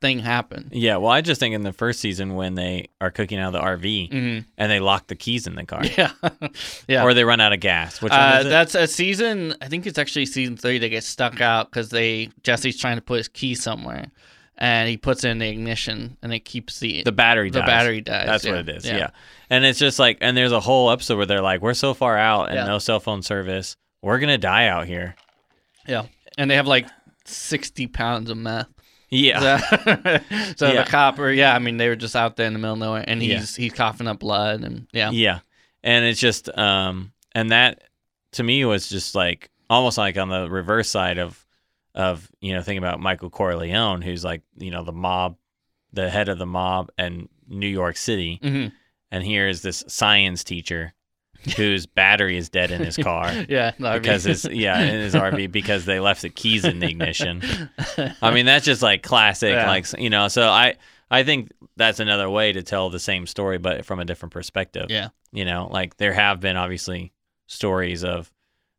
S2: thing happened.
S3: Yeah. Well, I just think in the first season when they are cooking out of the RV
S2: hmm
S3: and they lock the keys in the car
S2: Yeah, yeah.
S3: or they run out of gas, which one
S2: uh,
S3: is it?
S2: that's a season. I think it's actually season three. They get stuck out because they Jesse's trying to put his key somewhere, and he puts it in the ignition, and it keeps the
S3: the battery
S2: the
S3: dies.
S2: battery dies.
S3: That's
S2: yeah.
S3: what it is. Yeah. And it's just like, and there's a whole episode where they're like, we're so far out and
S2: Yeah.
S3: no cell phone service. We're going to die out here.
S2: yeah. And they have like sixty pounds of meth.
S3: Yeah.
S2: So, so
S3: Yeah.
S2: the copper, yeah, I mean they were just out there in the middle of nowhere, and
S3: Yeah.
S2: he's he's coughing up blood, and yeah,
S3: Yeah. And it's just, um, and that to me was just like almost like on the reverse side of, of, you know, thinking about Michael Corleone, who's like, you know, the mob, the head of the mob in New York City.
S2: Mhm.
S3: And here is this science teacher whose battery is dead in his car.
S2: yeah, no, I mean-
S3: because it's yeah in his RV because they left the keys in the ignition. I mean that's just like classic,
S2: Yeah.
S3: like you know. So I I think that's another way to tell the same story, but from a different perspective.
S2: Yeah.
S3: you know, like there have been obviously stories of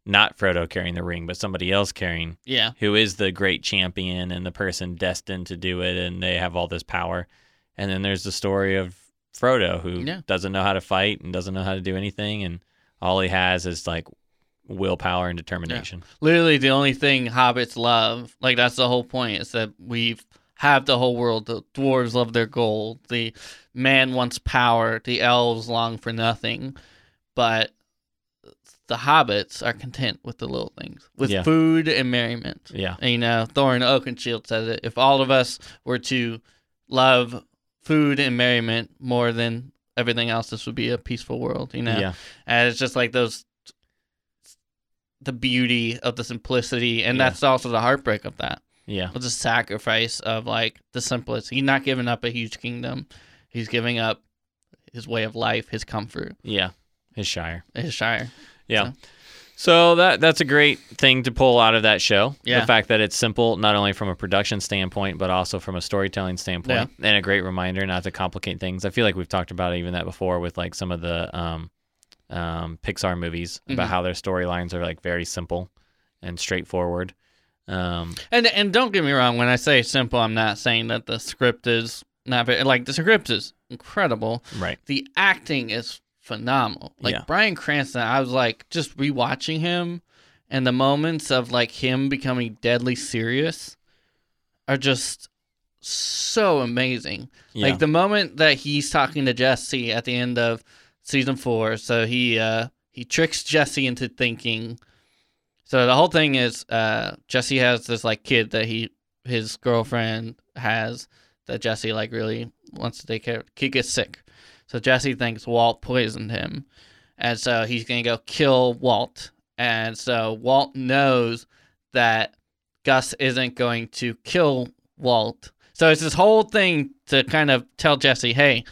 S3: not Frodo carrying the ring, but somebody else carrying
S2: yeah,
S3: who is the great champion and the person destined to do it, and they have all this power. And then there's the story of Frodo, who
S2: Yeah.
S3: doesn't know how to fight and doesn't know how to do anything, and all he has is like willpower and determination.
S2: literally the only thing hobbits love like that's the whole point is that we've have the whole world the dwarves love their gold the man wants power the elves long for nothing but the hobbits are content with the little things with
S3: Yeah.
S2: food and merriment
S3: Yeah,
S2: and, you know thorin oakenshield says it if all of us were to love food and merriment more than everything else this would be a peaceful world you know
S3: yeah,
S2: and it's just like those the beauty of the simplicity and
S3: Yeah.
S2: that's also the heartbreak of that
S3: yeah,
S2: of the sacrifice of like the simplest he's not giving up a huge kingdom he's giving up his way of life his comfort
S3: yeah. His shire.
S2: his shire
S3: Yeah. So, So that that's a great thing to pull out of that show.
S2: Yeah.
S3: The fact that it's simple, not only from a production standpoint, but also from a storytelling standpoint, and a great reminder not to complicate things. I feel like we've talked about even that before with like some of the um, um, Pixar movies
S2: Mhm.
S3: about how their storylines are like very simple and straightforward. Um,
S2: And and don't get me wrong, when I say simple, I'm not saying that the script is not very, like the script is incredible.
S3: right.
S2: The acting is phenomenal. Like
S3: Yeah.
S2: Brian Cranston, I was like just rewatching him, and the moments of like him becoming deadly serious are just so amazing.
S3: Yeah.
S2: Like the moment that he's talking to Jesse at the end of season four, so he uh he tricks Jesse into thinking. So the whole thing is uh Jesse has this like kid that he his girlfriend has that Jesse like really wants to take care of. Kid gets sick. So Jesse thinks Walt poisoned him. And so he's gonna go kill Walt. And so Walt knows that Gus isn't going to kill Walt. So it's this whole thing to kind of tell Jesse, hey,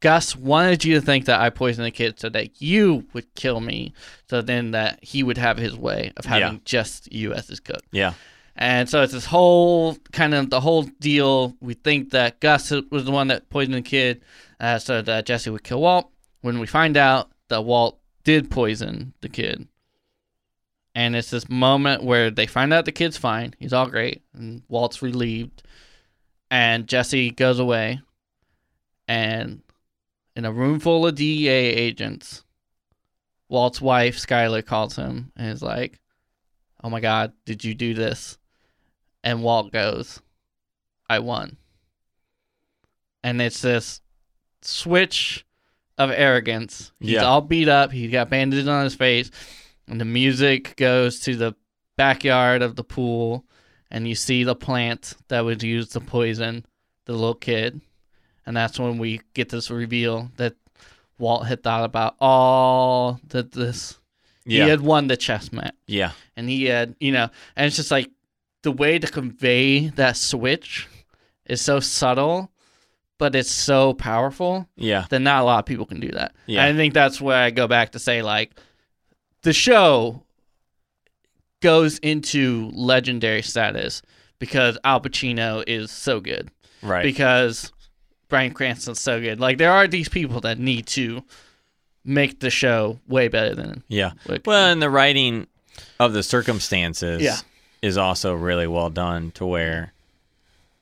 S2: Gus wanted you to think that I poisoned the kid so that you would kill me. So then that he would have his way of having
S3: Yeah.
S2: just you as his cook.
S3: yeah.
S2: And so it's this whole kind of the whole deal. We think that Gus was the one that poisoned the kid, uh, so that Jesse would kill Walt. When we find out that Walt did poison the kid, and it's this moment where they find out the kid's fine, he's all great, and Walt's relieved, and Jesse goes away, and in a room full of DEA agents, Walt's wife Skylar calls him and is like oh my god did you do this and walt goes i won and it's this switch of arrogance he's
S3: Yeah.
S2: all beat up he's got bandages on his face and the music goes to the backyard of the pool and you see the plant that was used to poison the little kid and that's when we get this reveal that walt had thought about all that this
S3: Yeah.
S2: he had won the chess match
S3: yeah.
S2: and he had you know and it's just like the way to convey that switch is so subtle but it's so powerful
S3: Yeah.
S2: that not a lot of people can do that
S3: Yeah.
S2: and i think that's where i go back to say like the show goes into legendary status because al pacino is so good
S3: Right.
S2: because Brian Cranston's so good. Like there are these people that need to make the show way better than.
S3: yeah.
S2: Like,
S3: Well, and the writing of the circumstances
S2: Yeah.
S3: is also really well done to where,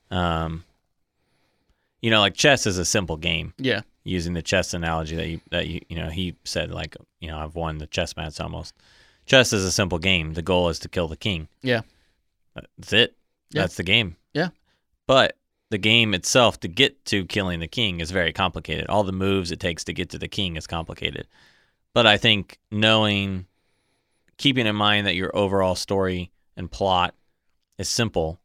S3: um, you know, like chess is a simple game.
S2: yeah,
S3: Using the chess analogy that you that you you know he said like you know I've won the chess match almost. Chess is a simple game. The goal is to kill the king.
S2: Yeah.
S3: That's it.
S2: Yeah.
S3: That's the game.
S2: Yeah.
S3: But the game itself to get to killing the king is very complicated. All the moves it takes to get to the king is complicated. But I think knowing keeping in mind that your overall story and plot is simple,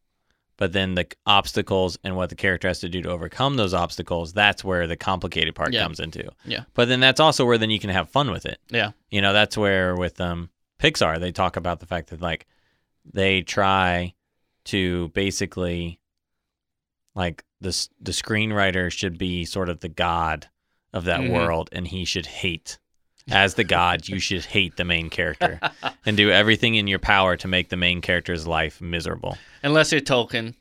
S3: but then the obstacles and what the character has to do to overcome those obstacles, that's where the complicated part
S2: Yeah.
S3: comes into.
S2: Yeah.
S3: But then that's also where then you can have fun with it.
S2: yeah,
S3: You know, that's where with um Pixar they talk about the fact that like they try to basically like this the screenwriter should be sort of the god of that
S2: Mhm.
S3: world and he should hate as the god you should hate the main character and do everything in your power to make the main character's life miserable
S2: unless you're Tolkien,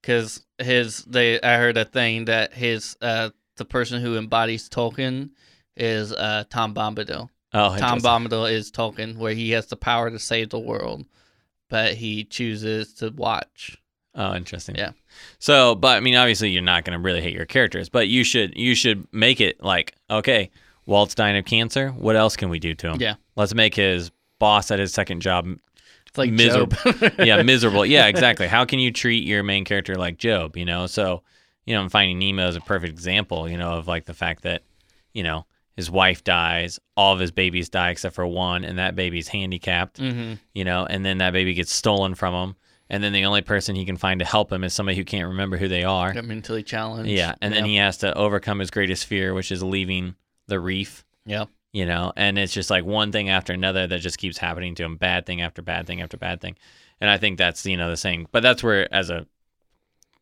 S2: because his they I heard a thing that his uh the person who embodies Tolkien is uh Tom Bombadil. Tom
S3: oh interesting.
S2: Bombadil is Tolkien, where he has the power to save the world, but he chooses to watch.
S3: Oh, interesting.
S2: Yeah.
S3: So, but I mean, obviously, you're not going to really hate your characters, but you should you should make it like, okay, Walt's dying of cancer. What else can we do to him?
S2: Yeah.
S3: Let's make his boss at his second job,
S2: It's like
S3: Miserable.
S2: Job.
S3: yeah, miserable. Yeah, exactly. How can you treat your main character like Job? You know, so you know, Finding Nemo is a perfect example. You know, of like the fact that you know his wife dies, all of his babies die except for one, and that baby's handicapped
S2: hmm
S3: you know, and then that baby gets stolen from him. And then the only person he can find to help him is somebody who can't remember who they are.
S2: Got mentally challenged.
S3: Yeah. And then
S2: Yep.
S3: he has to overcome his greatest fear, which is leaving the reef,
S2: Yep.
S3: you know, and it's just like one thing after another that just keeps happening to him bad thing after bad thing after bad thing. And I think that's, you know, the saying, but that's where, as a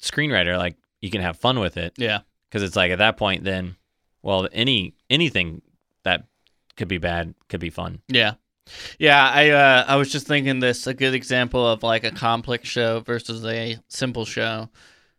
S3: screenwriter, like you can have fun with it
S2: Yeah.
S3: because it's like at that point, then, well, any anything that could be bad could be fun.
S2: Yeah. Yeah, I uh, I was just thinking this a good example of like a complex show versus a simple show,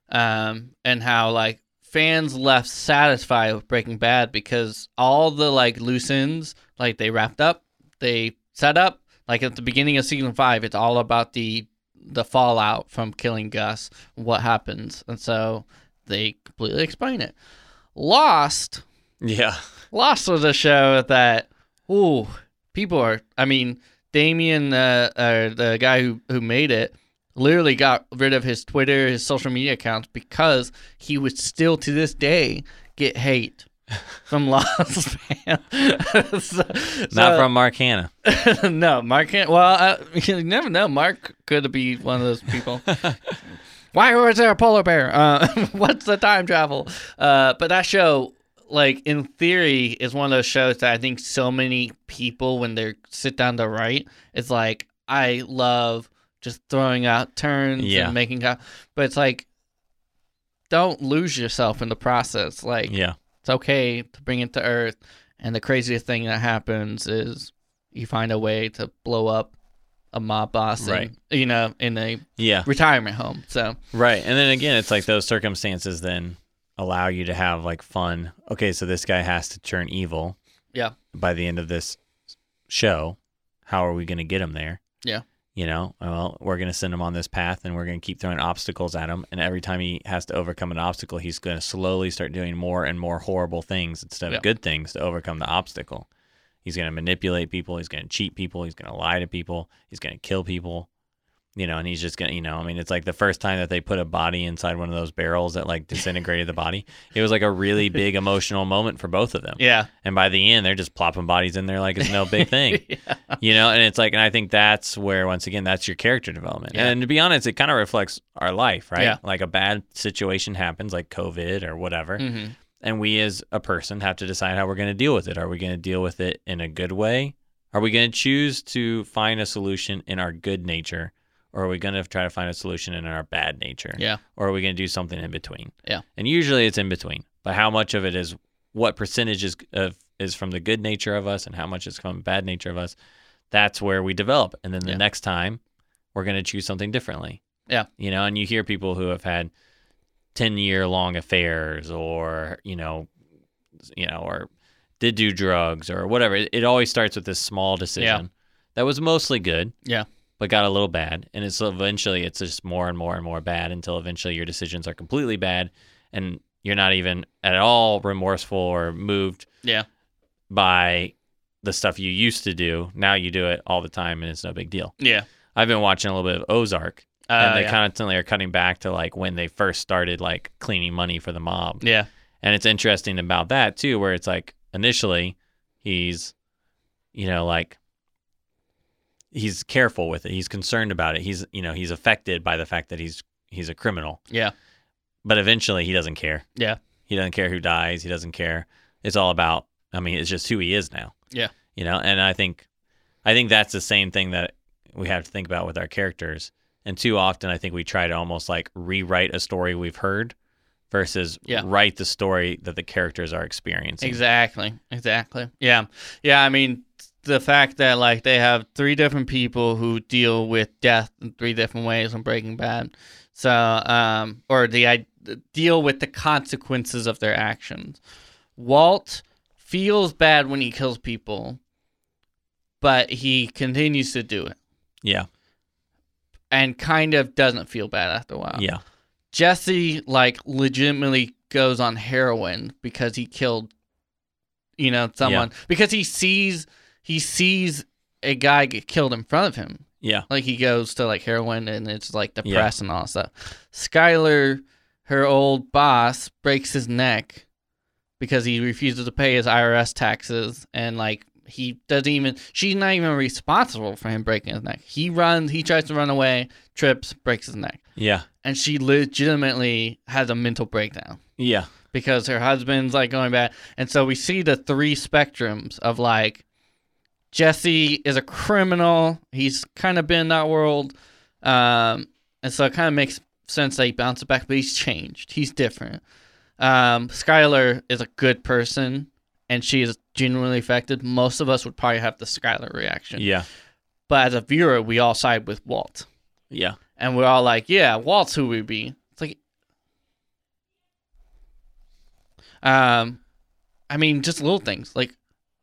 S2: um, and how like fans left satisfied with Breaking Bad because all the like loose ends, like they wrapped up, they set up. Like at the beginning of season five, it's all about the the fallout from killing Gus, what happens, and so they completely explain it. Lost
S3: Yeah.
S2: Lost was a show that, ooh, people are. I mean, Damien, uh, uh, the guy who who made it, literally got rid of his Twitter, his social media accounts because he would still to this day get hate from Lost fans. So-
S3: Not
S2: so-
S3: from Mark Hanna.
S2: no, Mark can't. Well, uh, you never know. Mark could be one of those people. Why was there a polar bear? Uh, what's the time travel? Uh, but that show, like in theory, is one of those shows that I think so many people, when they sit down to write, it's like I love just throwing out turns
S3: Yeah.
S2: and making up. But it's like, don't lose yourself in the process. Like,
S3: Yeah.
S2: it's okay to bring it to Earth. And the craziest thing that happens is you find a way to blow up a mob boss, in-
S3: Right.
S2: you know, in a
S3: Yeah.
S2: retirement home. So
S3: Right. And then again, it's like those circumstances then allow you to have like fun. Okay, so this guy has to turn evil.
S2: Yeah.
S3: By the end of this show, how are we going to get him there?
S2: Yeah.
S3: You know, well, we're going to send him on this path and we're going to keep throwing obstacles at him. And every time he has to overcome an obstacle, he's going to slowly start doing more and more horrible things instead of
S2: Yeah.
S3: good things to overcome the obstacle. He's going to manipulate people. He's going to cheat people. He's going to lie to people. He's going to kill people. You know, and he's just gonna, you know, I mean, it's like the first time that they put a body inside one of those barrels that like disintegrated the body. It was like a really big emotional moment for both of them.
S2: yeah,
S3: And by the end, they're just plopping bodies in there like it's no big thing, you know. And it's like, and I think that's where once again, that's your character development.
S2: Yeah.
S3: And to be honest, it kind of reflects our life, right?
S2: Yeah.
S3: Like a bad situation happens, like COVID or whatever
S2: hmm
S3: and we as a person have to decide how we're going to deal with it. Are we going to deal with it in a good way? Are we going to choose to find a solution in our good nature? Or are we going to try to find a solution in our bad nature?
S2: yeah,
S3: Or are we going to do something in between?
S2: Yeah.
S3: And usually it's in between. But how much of it is what percentage is of is from the good nature of us and how much is from the bad nature of us? That's where we develop. And then the
S2: Yeah.
S3: next time we're going to choose something differently.
S2: Yeah.
S3: You know, and you hear people who have had 10 year long affairs or, you know, you know, or did do drugs or whatever. It, it always starts with this small decision that was mostly good.
S2: Yeah.
S3: But got a little bad. And it's eventually, it's just more and more and more bad until eventually your decisions are completely bad and you're not even at all remorseful or moved
S2: yeah,
S3: by the stuff you used to do. Now you do it all the time and it's no big deal.
S2: yeah.
S3: I've been watching a little bit of Ozark
S2: Uh,
S3: and they
S2: yeah.
S3: constantly are cutting back to like when they first started like cleaning money for the mob.
S2: yeah,
S3: And it's interesting about that too, where it's like initially he's, you know, like he's careful with it. He's concerned about it. He's, you know, he's affected by the fact that he's he's a criminal.
S2: yeah,
S3: But eventually he doesn't care.
S2: Yeah.
S3: He doesn't care who dies. He doesn't care. It's all about I mean, it's just who he is now.
S2: Yeah.
S3: You know, and I think I think that's the same thing that we have to think about with our characters. And too often I think we try to almost like rewrite a story we've heard versus
S2: Yeah.
S3: write the story that the characters are experiencing.
S2: exactly, exactly. Yeah, yeah. I mean, the fact that like they have three different people who deal with death in three different ways on Breaking Bad, so um, or the I deal with the consequences of their actions. Walt feels bad when he kills people, but he continues to do it
S3: Yeah.
S2: and kind of doesn't feel bad after a while.
S3: Yeah.
S2: Jesse like legitimately goes on heroin because he killed you know someone because he sees he sees a guy get killed in front of him.
S3: Yeah.
S2: Like he goes to like heroin and it's like depressed and all that stuff. Skylar, her old boss, breaks his neck because he refuses to pay his IRS taxes and like he doesn't even she's not even responsible for him breaking his neck. He runs, he tries to run away, trips, breaks his neck
S3: Yeah.
S2: and she legitimately has a mental breakdown
S3: Yeah.
S2: because her husband's like going back and so we see the three spectrums of like jesse is a criminal he's kind of been in that world um, and so it kind of makes sense that he bounces back but he's changed he's different um, skylar is a good person and she is genuinely affected, most of us would probably have the Skylar reaction.
S3: Yeah.
S2: But as a viewer, we all side with Walt.
S3: Yeah.
S2: And we're all like, yeah, Walt's who we be. It's like, um, I mean, just little things like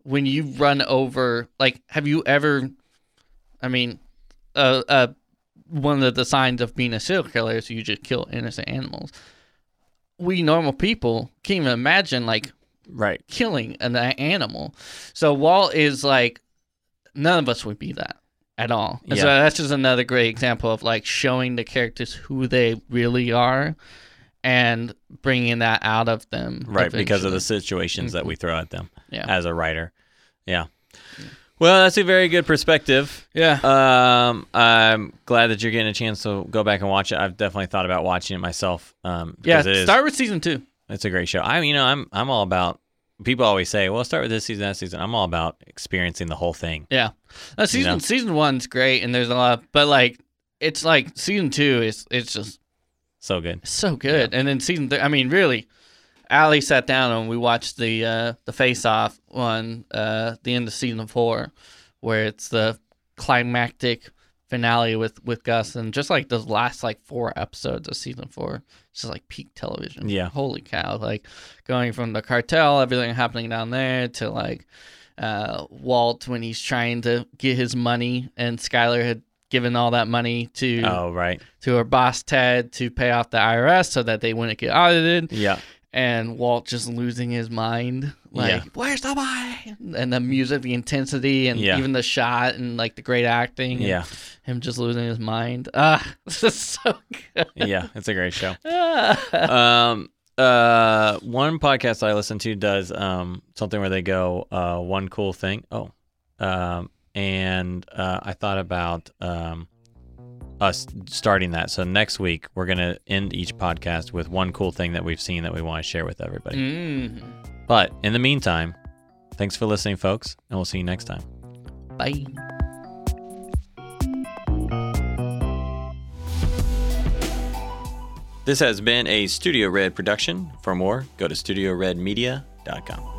S2: when you run over. Like, have you ever? I mean, uh, uh, one of the signs of being a serial killer is you just kill innocent animals. We normal people can't even imagine like
S3: Right.
S2: killing an a- animal. So Walt is like, none of us would be that at all. And So
S3: Yeah.
S2: that's just another great example of like showing the characters who they really are, and bringing that out of them.
S3: Right. Because of the
S2: eventually. Mm-hmm.
S3: situations that we throw at them
S2: Yeah.
S3: as a writer. Yeah. Well, that's a very good perspective.
S2: Yeah.
S3: Um, I'm glad that you're getting a chance to go back and watch it. I've definitely thought about watching it myself. Um,
S2: yeah.
S3: because it is-
S2: Start with season two.
S3: It's a great show. I, you know, I'm I'm all about. People always say, "Well, start with this season, that season." I'm all about experiencing the whole thing.
S2: Yeah. No, season
S3: know?
S2: season one's great, and there's a lot, but like. It's like season two is it's just
S3: So good.
S2: it's so good, and then season three. I mean, really, Ali sat down and we watched the uh, the face off on uh, the end of season four, where it's the climactic finale with with Gus, and just like those last like four episodes of season four, it's just like peak television.
S3: Yeah.
S2: holy cow! Like going from the cartel, everything happening down there, to like uh, Walt when he's trying to get his money, and Skylar had given all that money to
S3: Oh, right.
S2: to her boss Ted to pay off the IRS so that they wouldn't get audited,
S3: Yeah.
S2: and Walt just losing his mind, like
S3: Yeah.
S2: "Where's the money?" and the music, the intensity, and
S3: Yeah.
S2: even the shot, and like the great acting, and
S3: Yeah.
S2: him just losing his mind. Ah, this is so good.
S3: Yeah. It's a great show.
S2: Ah.
S3: um uh one podcast I listen to does um something where they go uh one cool thing. Oh. Um and uh I thought about um us starting that. So next week we're going to end each podcast with one cool thing that we've seen that we want to share with everybody.
S2: Mm.
S3: But in the meantime, thanks for listening folks, and we'll see you next time.
S2: Bye.
S3: This has been a Studio Red production. For more, go to studioredmedia.com.